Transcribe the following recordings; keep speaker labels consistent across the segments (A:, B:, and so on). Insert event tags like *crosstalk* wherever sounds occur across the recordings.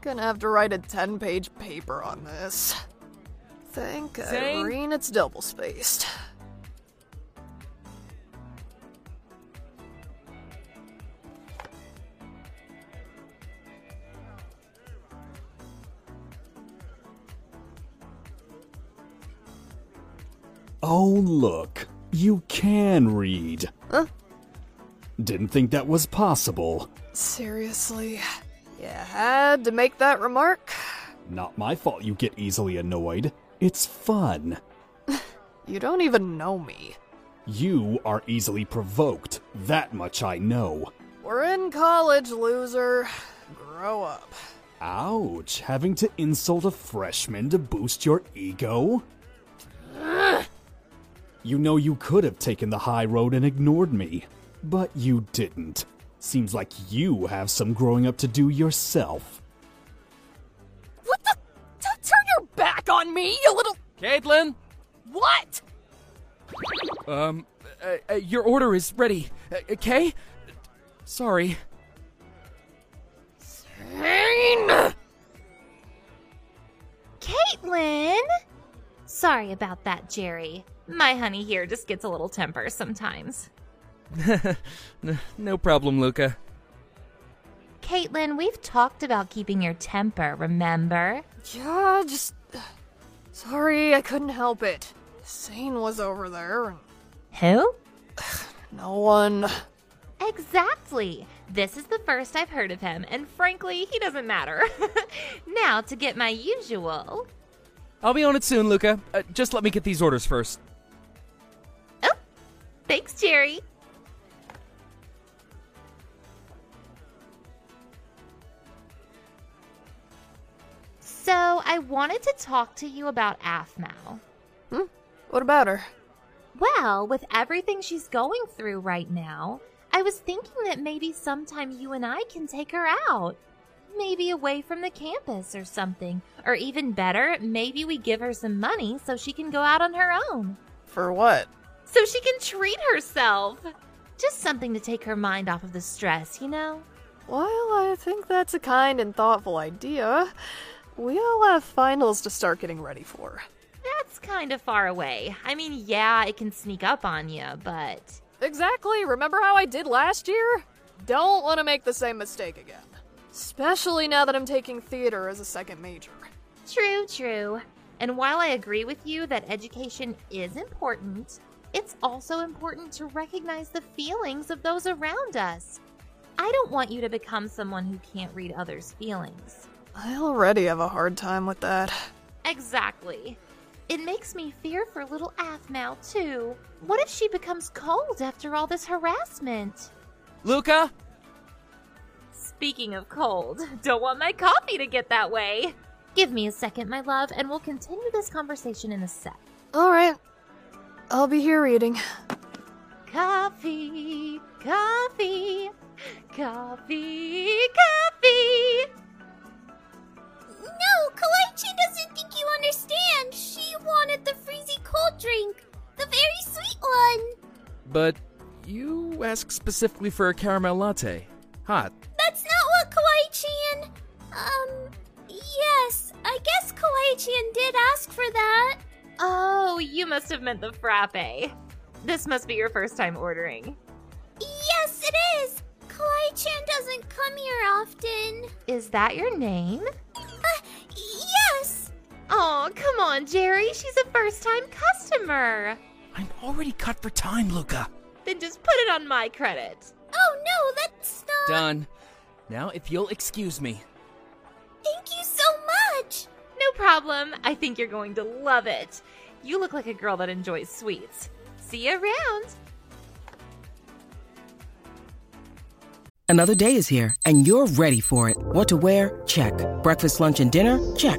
A: Gonna have to write a 10 page paper on this. Thank
B: Zane?
A: Irene, it's double spaced.
C: Oh, look. You can read.
A: Huh?
C: Didn't think that was possible.
A: Seriously? You had to make that remark?
C: Not my fault you get easily annoyed. It's fun.
A: You don't even know me.
C: You are easily provoked. That much I know.
A: We're in college, loser. Grow up.
C: Ouch, having to insult a freshman to boost your ego? you know you could have taken the high road and ignored me, but you didn't. Seems like you have some growing up to do yourself.
A: What the? turn your back on me, you little.
B: Caitlin?
A: What?
B: Um, uh, uh, your order is ready. Uh, okay? Sorry.
D: Caitlin! Sorry about that, Jerry. My honey here just gets a little temper sometimes.
B: N- no problem, Luca.
D: Caitlin, we've talked about keeping your temper, remember?
A: Yeah, just. Sorry, I couldn't help it. Zane was over there, and
D: Who?
A: no one.
D: Exactly. This is the first I've heard of him, and frankly, he doesn't matter. *laughs* now, to get my usual.
B: I'll be on it soon, Luca. Uh, just let me get these orders first.
D: Oh, thanks, Jerry. So, I wanted to talk to you about Afmal.
A: hmm? What about her?
D: Well, with everything she's going through right now, I was thinking that maybe sometime you and I can take her out. Maybe away from the campus or something. Or even better, maybe we give her some money so she can go out on her own.
A: For what?
D: So she can treat herself. Just something to take her mind off of the stress, you know?
A: Well, I think that's a kind and thoughtful idea. We all have finals to start getting ready for.
D: That's kind of far away. I mean, yeah, it can sneak up on you, but.
A: Exactly. Remember how I did last year? Don't want to make the same mistake again. Especially now that I'm taking theater as a second major.
D: True, true. And while I agree with you that education is important, it's also important to recognize the feelings of those around us. I don't want you to become someone who can't read others' feelings.
A: I already have a hard time with that.
D: Exactly. It makes me fear for little Athmal, too. What if she becomes cold after all this harassment?
B: Luca?
D: Speaking of cold, don't want my coffee to get that way. Give me a second, my love, and we'll continue this conversation in a sec.
A: Alright. I'll be here reading.
D: Coffee, coffee, coffee, coffee.
E: No, Koichi doesn't think you understand. She wanted the freezy cold drink, the very sweet one.
B: But you asked specifically for a caramel latte. Hot.
E: That's not what Koichi and um yes, I guess Koichi did ask for that.
D: Oh, you must have meant the frappe. This must be your first time ordering.
E: Yes, it is. Koichi doesn't come here often.
D: Is that your name?
E: Uh, yes.
D: Oh, come on, Jerry. She's a first time customer.
B: I'm already cut for time, Luca.
D: Then just put it on my credit.
E: Oh no, that's not.
B: Done. Now, if you'll excuse me.
E: Thank you so much.
D: No problem. I think you're going to love it. You look like a girl that enjoys sweets. See you around.
F: Another day is here, and you're ready for it. What to wear? Check. Breakfast, lunch, and dinner? Check.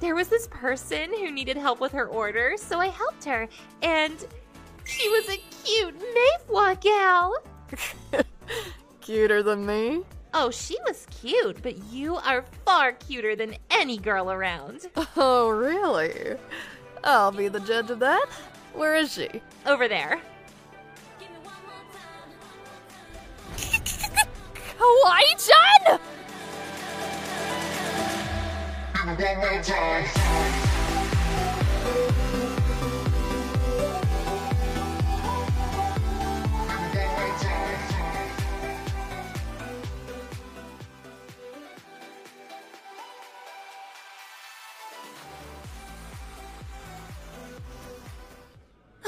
D: There was this person who needed help with her order, so I helped her, and she was a cute Mayfwa gal.
A: Cuter than me?
D: Oh, she was cute, but you are far cuter than any girl around.
A: Oh, really? I'll be the judge of that. Where is she?
D: Over there.
A: Kawaii-chan!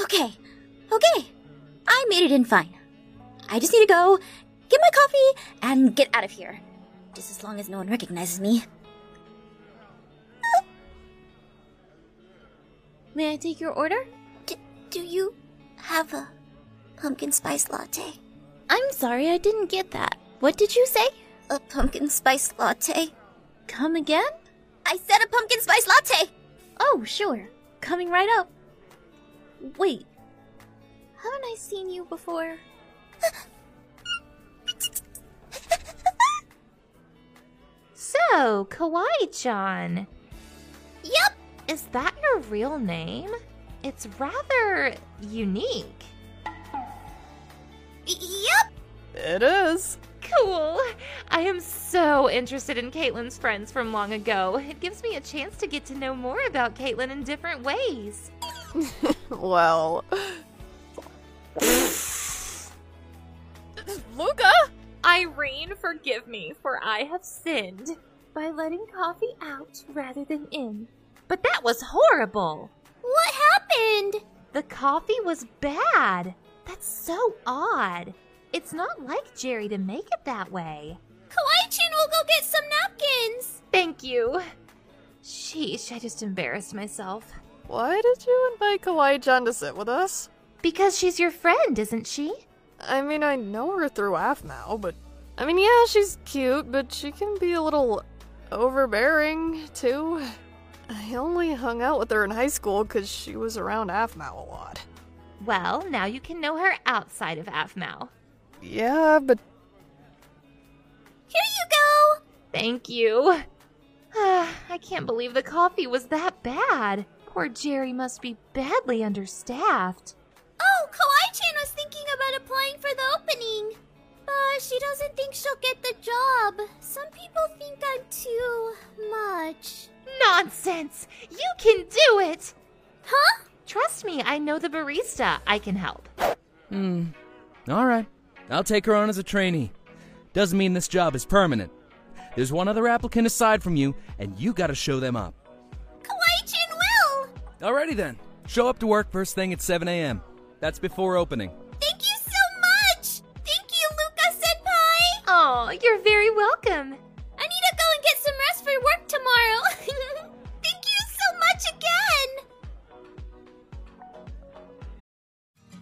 E: Okay, okay. I made it in fine. I just need to go, get my coffee, and get out of here. Just as long as no one recognizes me.
D: May I take your order?
E: D- do you have a pumpkin spice latte?
G: I'm sorry, I didn't get that. What did you say?
E: A pumpkin spice latte?
G: Come again?
E: I said a pumpkin spice latte!
G: Oh, sure. Coming right up. Wait. Haven't I seen you before?
D: So, Kawaii John,
E: Yep!
D: is that your real name? It's rather unique.
E: Yep!
A: It is.
D: Cool. I am so interested in Caitlin's friends from long ago. It gives me a chance to get to know more about Caitlin in different ways.
A: Well. Luca?
D: Irene, forgive me, for I have sinned by letting coffee out rather than in. But that was horrible.
E: What happened?
D: The coffee was bad. That's so odd. It's not like Jerry to make it that way.
E: Kawaii-chan will go get some napkins!
D: Thank you. Sheesh, I just embarrassed myself.
A: Why did you invite Kawaii-chan to sit with us?
D: Because she's your friend, isn't she?
A: I mean, I know her through AF now, but. I mean, yeah, she's cute, but she can be a little overbearing, too. I only hung out with her in high school because she was around AFMAO a lot.
D: Well, now you can know her outside of Afmal.
A: Yeah, but
E: Here you go!
D: Thank you. *sighs* I can't believe the coffee was that bad. Poor Jerry must be badly understaffed.
E: Oh, Kawaii-chan was thinking about applying for the opening. But she doesn't think she'll get the job. Some people think I'm too much.
D: Nonsense! You can do it!
E: Huh?
D: Trust me, I know the barista. I can help.
B: Hmm. All right. I'll take her on as a trainee. Doesn't mean this job is permanent. There's one other applicant aside from you, and you gotta show them up.
E: Kawaii-chan will!
B: Alrighty then. Show up to work first thing at 7 a.m. That's before opening.
E: Thank you so much! Thank you, Luca-senpai!
D: Oh, you're very welcome.
E: I need to go and get some rest for work tomorrow. *laughs* Thank you so much again.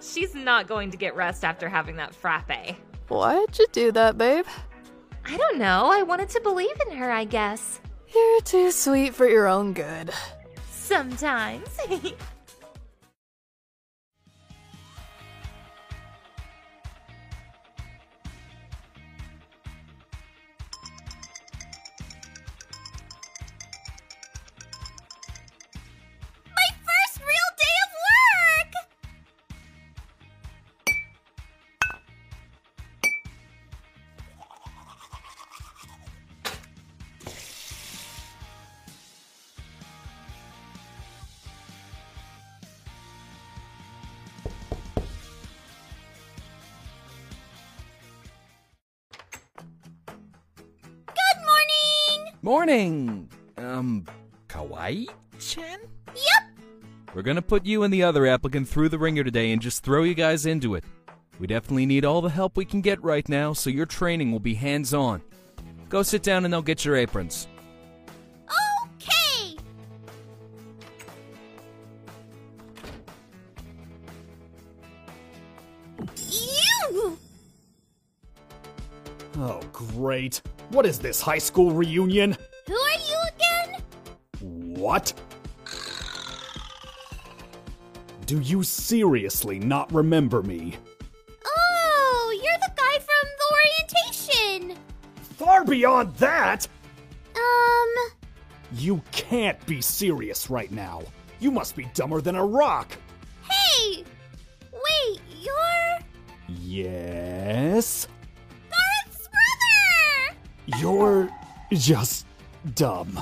D: She's not going to get rest after having that frappe.
A: why'd you do that, babe?
D: I don't know. I wanted to believe in her, I guess.
A: You're too sweet for your own good.
E: *laughs*
D: Sometimes.
B: Morning! Um, Kawaii Chen?
E: Yep!
B: We're gonna put you and the other applicant through the ringer today and just throw you guys into it. We definitely need all the help we can get right now, so your training will be hands on. Go sit down and they'll get your aprons.
E: Okay! You!
C: Oh, great. What is this, high school reunion?
E: Who are you again?
C: What? Do you seriously not remember me?
E: Oh, you're the guy from the orientation!
C: Far beyond that!
E: Um,
C: You can't be serious right now. You must be dumber than a rock.
E: hey! Wait, you're.
C: Yes?
E: Barrett's brother!
C: You're just dumb.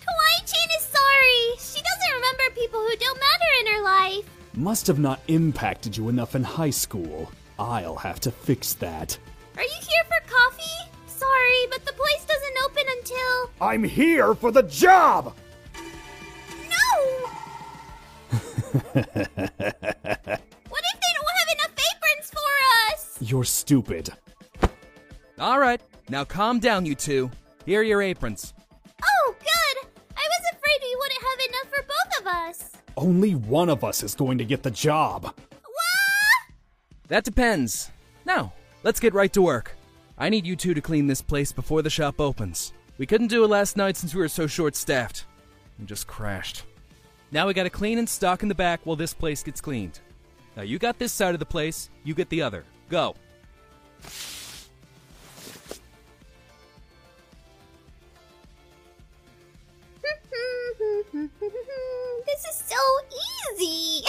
E: Kawaii Chan is sorry! She doesn't remember people who don't matter in her life!
C: Must have not impacted you enough in high school. I'll have to fix that.
E: Are you here for coffee? Sorry, but the place doesn't open until.
C: I'm here for the job!
E: No! What if they don't have enough aprons for us?
C: You're stupid.
B: Alright, now calm down, you two. Here are your aprons.
E: Oh, good! I was afraid we wouldn't have enough for both of us.
C: Only one of us is going to get the job.
E: Wah! *laughs*
B: That depends. Now, let's get right to work. I need you two to clean this place before the shop opens. We couldn't do it last night since we were so short staffed. We just crashed. Now we gotta clean and stock in the back while this place gets cleaned. Now you got this side of the place, you get the other. Go.
E: this is so easy!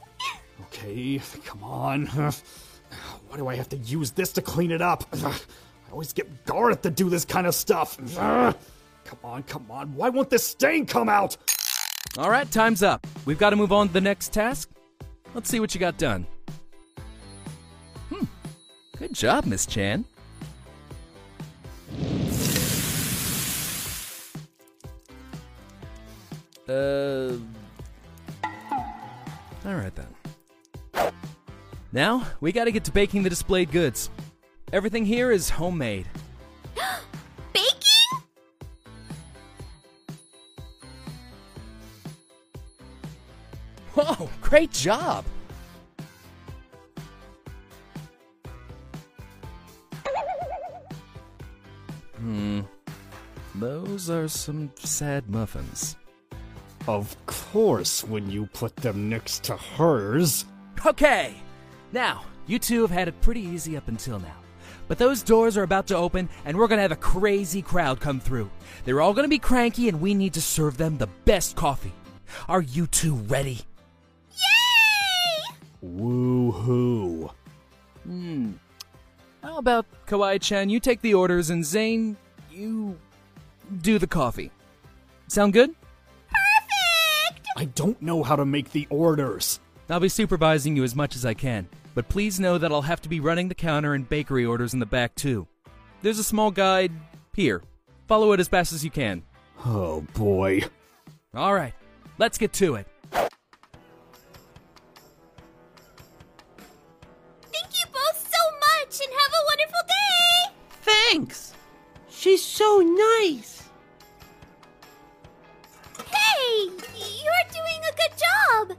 E: *laughs*
C: Okay, come on. *sighs* Why do I have to use this to clean it up? *sighs* I always get Garth to do this kind of stuff. *sighs* Come on, come on. Why won't this stain come out?
B: Alright, time's up. We've gotta move on to the next task. Let's see what you got done. Hmm. Good job, Miss Chan. Uh. Alright then. Now, we gotta get to baking the displayed goods. Everything here is homemade.
E: Baking?
B: Whoa, great job! Hmm. Those are some sad muffins.
C: Of course, when you put them next to hers.
B: Okay! Now, you two have had it pretty easy up until now. But those doors are about to open, and we're gonna have a crazy crowd come through. They're all gonna be cranky, and we need to serve them the best coffee. Are you two ready?
E: Yay!
C: Woo hoo.
B: Hmm. How about Kawaii chan? You take the orders, and Zane, you do the coffee. Sound good?
E: Perfect!
C: I don't know how to make the orders.
B: I'll be supervising you as much as I can, but please know that I'll have to be running the counter and bakery orders in the back, too. There's a small guide here. Follow it as fast as you can.
C: Oh boy.
B: All right, let's get to it.
E: Thank you both so much and have a wonderful day!
H: Thanks. She's so nice.
E: Hey, you're doing a good job!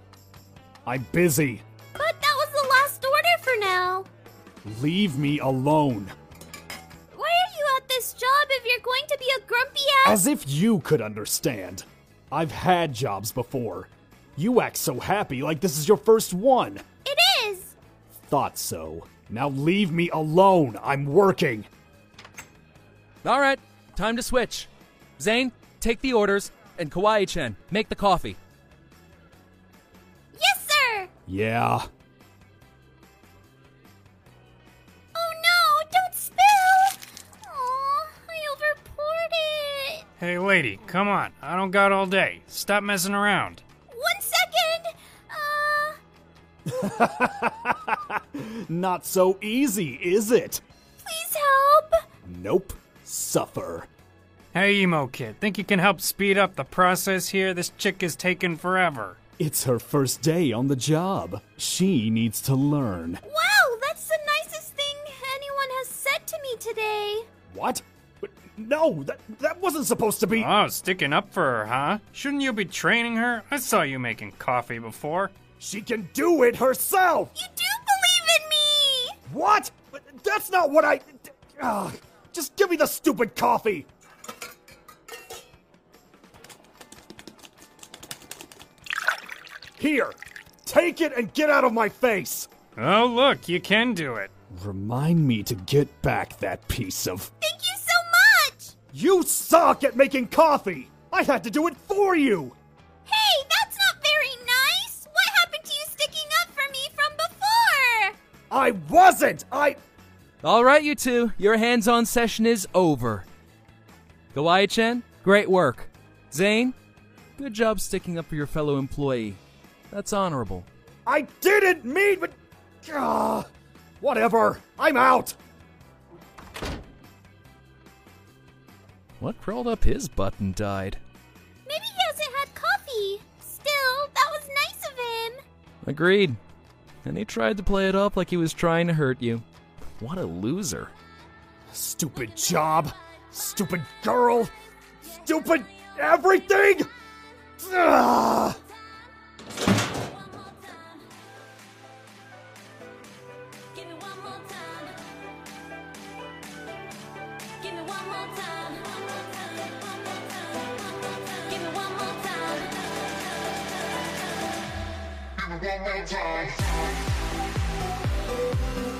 C: I'm busy.
E: But that was the last order for now.
C: Leave me alone.
E: Why are you at this job if you're going to be a grumpy ass?
C: As if you could understand. I've had jobs before. You act so happy like this is your first one.
E: It is!
C: Thought so. Now leave me alone. I'm working.
B: All right, time to switch. Zane, take the orders, and Kawaii chan, make the coffee.
E: Yes, sir!
C: Yeah. *laughs*
E: Oh no, don't spill! Aw, I overpoured it!
I: Hey, lady, come on. I don't got all day. Stop messing around.
E: One second! Uh,
C: Not so easy, is it?
E: please help!
C: Nope. Suffer.
I: Hey, emo kid, think you can help speed up the process here? This chick is taking forever.
C: It's her first day on the job. She needs to learn.
E: Wow, that's the nicest thing anyone has said to me today.
C: What? No, that, that wasn't supposed to be.
I: Oh, sticking up for her, huh? Shouldn't you be training her? I saw you making coffee before.
C: She can do it herself!
E: You do believe in me!
C: What? But That's not what I. Ugh, just give me the stupid coffee! Here, take it and get out of my face!
I: Oh, look, you can do it.
C: Remind me to get back that piece of.
E: Thank you so much!
C: You suck at making coffee! I had to do it for you!
E: Hey, that's not very nice! What happened to you sticking up for me from before?
C: I wasn't! I.
B: All right, you two, your hands on session is over. Gawai Chen, great work. Zane, good job sticking up for your fellow employee. That's honorable.
C: I didn't mean, but. Ugh, whatever, I'm out!
B: What crawled up his butt and died?
E: Maybe he hasn't had coffee. Still, that was nice of him.
B: Agreed. And he tried to play it up like he was trying to hurt you. What a loser.
C: Stupid job! Stupid girl! Stupid everything! Ugh.
J: Give me one more time.